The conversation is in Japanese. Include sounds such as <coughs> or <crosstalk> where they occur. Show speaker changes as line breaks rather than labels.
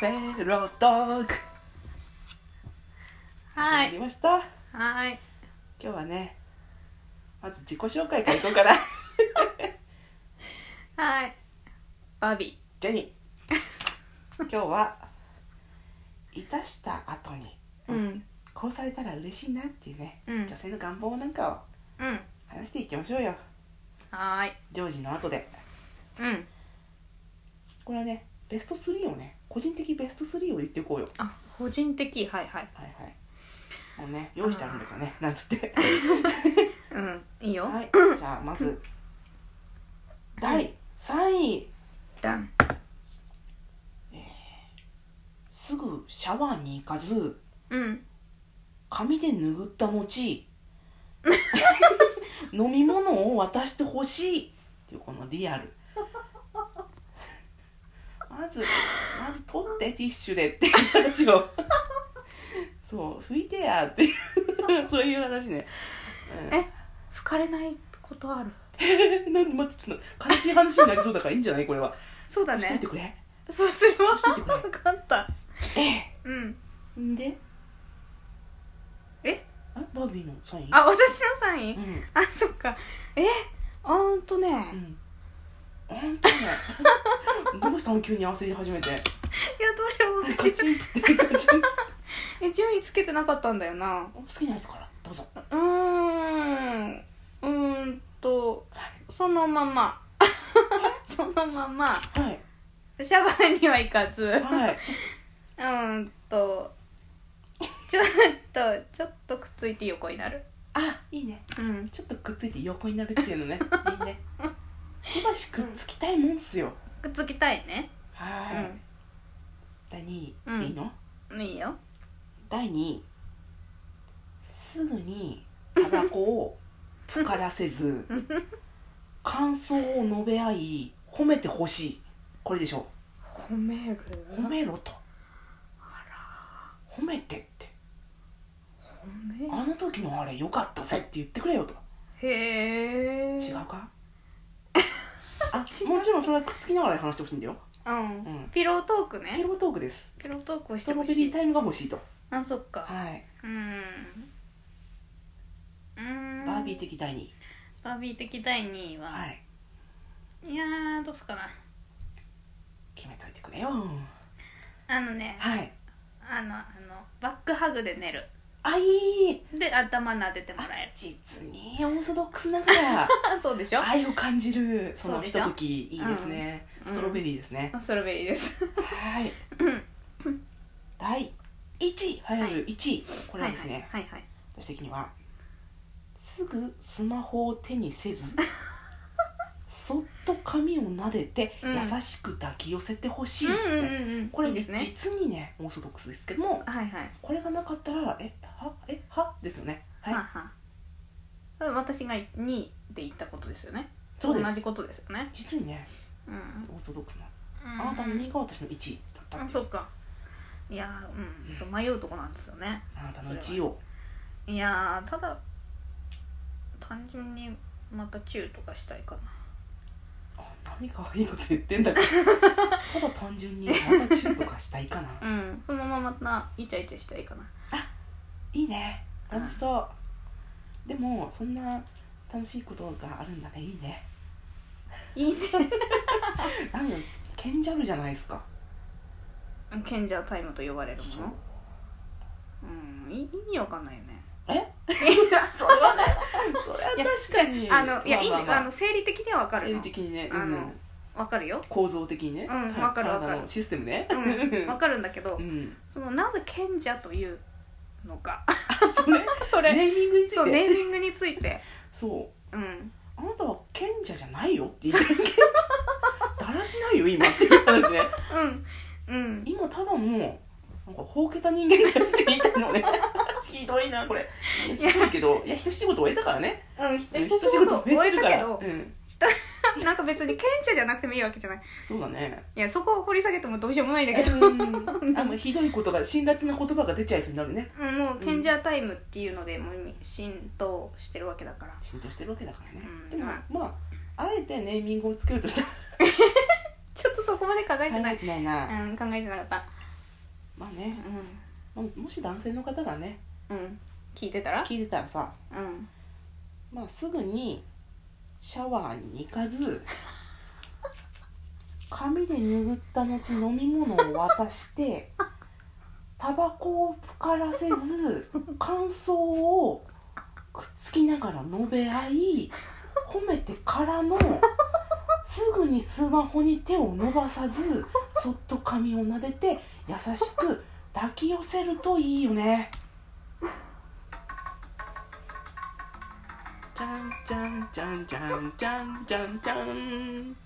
ベロドッグ始
は
まり
い。
ました今
はい。
日はねまず自己紹介からいこうかな
はい。バビ
<laughs> ジェニー今日はいたした後に
ー。うん。
こうされたら嬉しいなっていうね、
うん
女性の願望なんかを
うん。
話していきましょうよ
はーい。
ジョージの後で
うん。
これはねベスト3をね個人的ベスト3を言っていこうよ
あ、個人的、はいはい。
はいはいもうね用意してあるんだからねなんつって
うん。いいよ。
はい、じゃあまず第3位
ダン。
すぐシャワーに行かず
うん。
紙で拭った後飲み物を渡してほしいっていうこのリアルまずまず取ってティッシュでっていう話をそう拭いてやっていうそういう話ね、
え吹かれないことある
うん、なんでまちょっと悲しい話になりそうだからいいんじゃないこれは
そうだ
しとい
ね
て。くれ
そうする <laughs> わ。
しといてくれ
分かった。
ええ
うん。
んで
え
バービーのサイン
あ、私のサイ
う
ン
ん
あ、そっか。え、あーんとね。
う
いや、
ん本当ね <laughs> どうしたの急に焦り始めて
どれ
<laughs>
も、
カチンっつってカチン
え、順位つけてなかったんだよな。
好きなやつからどうぞ
うーん。うーんと、その
<laughs>
まま。そのまま。
はい
シャワーには行かず、
はい、
うーんとちょっとちょっとくっついて横になる
<laughs> あいいね
うん
ちょっとくっついて横になるっていうの <laughs> ねいいねしばしくっつきたいもんっすよ
くっつきたいね
はい、第2位でいいの、
うんいいよ
第2位すぐにタバコをぷからせず <laughs> 感想を述べ合い褒めてほしいこれでしょ
褒める
褒めろと
あ
褒めてって
ら褒める
あの時のあれ良かったぜって言ってくれよと
へえ
違う
<laughs>
かあもちろんそれはくっつきながら話してほしいんだよ
うん、
うん
ピロートーク
ピ
ね
ロートークです
ピロートークをし
スト
て
ロ
ほ
ベ
し
リー
い
タイムが欲しいと
あそっか
はいう
ーんうーん
バービー的第2位
バービー的第2位は、
はい
い、やーどうすかな
決めといてくれよ
あのね
はい
あのあのバックハグで寝る
あいい
で頭撫でても
あ
らえる
実にオーソドックスなが
<laughs>
ら
そうでしょ
愛を感じるその
そう
ひ
でしょ
とときいいですね、
うん
ストロベリーですね、
ストロベリーです
はい <coughs> 第1位流行る1位、これはですね、
はいはい
私的にはすぐスマホを手に
<laughs>
せずそっと髪を撫でて、
うん
優しく抱き寄せてほしい
はい
ですね、
うんうんうんうん
これ
いいですね
実にねオーソドックスですけども
はいはい
これがなかったらえはえはですよねはい、
はあはあ私が2位で言ったことですよね
そうです
同じことですよね
実にね
うんうん
オーソドックスな
あ
あなたの2位が私の1位だった
あ
っていう
そっかいやーうんそう迷うとこなんですよね
あなたの1位を
いやーただ単純にまたチューとかしたいかな
あ何かいいこと言ってんだけどただ単純にまたチューとかしたいかな
うんそのまままたイチャイチャしたいかない
いね楽しそうでもそんな楽しいことがあるんだねいいね
いいね
なんだ賢者るじゃないですか
賢者タイムと呼ばれるものうんい意味わかんないよね
え
いやそれはね
それはい
や
確かに
あのいや、
ま
いい
ま
ねあの生理的にはわか
生
る
理
の
的にね、う
あの
ん、
わかるよ
構造的にね、
うん
た
わかるわかる
体のシステムね
<laughs> うんわかるんだけど
うん
そのなぜ賢者というのか
それ
それ
ネーミングについて
そうネーミングについて
そう
うん
あなたは賢者じゃないよって言ってる <laughs> だらしないよ今っていう話ね
うんうん
今ただもうなんかほうけた人間だよって言いたいのね <laughs> ひどいなこれひどいけどいや一仕事終えたからね
うんひ
一
一仕事終え
る
た
か
け
ら
ど
うん、
なんか別に賢者じゃなくてもいいわけじゃない
そうだね
いやそこを掘り下げてもどうしようもないんだけど、
うんあもうひどいことが辛辣な言葉が出ちゃいそうになるね
うん、もう賢者タイムっていうのでもう浸透してるわけだから
浸透してるわけだからね、
うん
でも
はい
まああえてネーミングをつけるとしたら
<laughs> ちょっとそこままで考えて
考
な
え <laughs>
い、
てないな、
うん、考えてなかった
まあね
う
ももし男性の方がね
んうん聞いてたら
聞いてたらさ、
うん
まあ、すぐにシャワーに行か <laughs> ず紙で拭った後飲み物を渡 <laughs> してタバコをぷからせず感想をくっつきながら述べ合い褒めてからのすぐにスマホに手を伸ばさずそっと髪を撫でて優しく抱き寄せるといいよね。じゃんじゃんじゃんじゃんじゃんじゃんじゃん。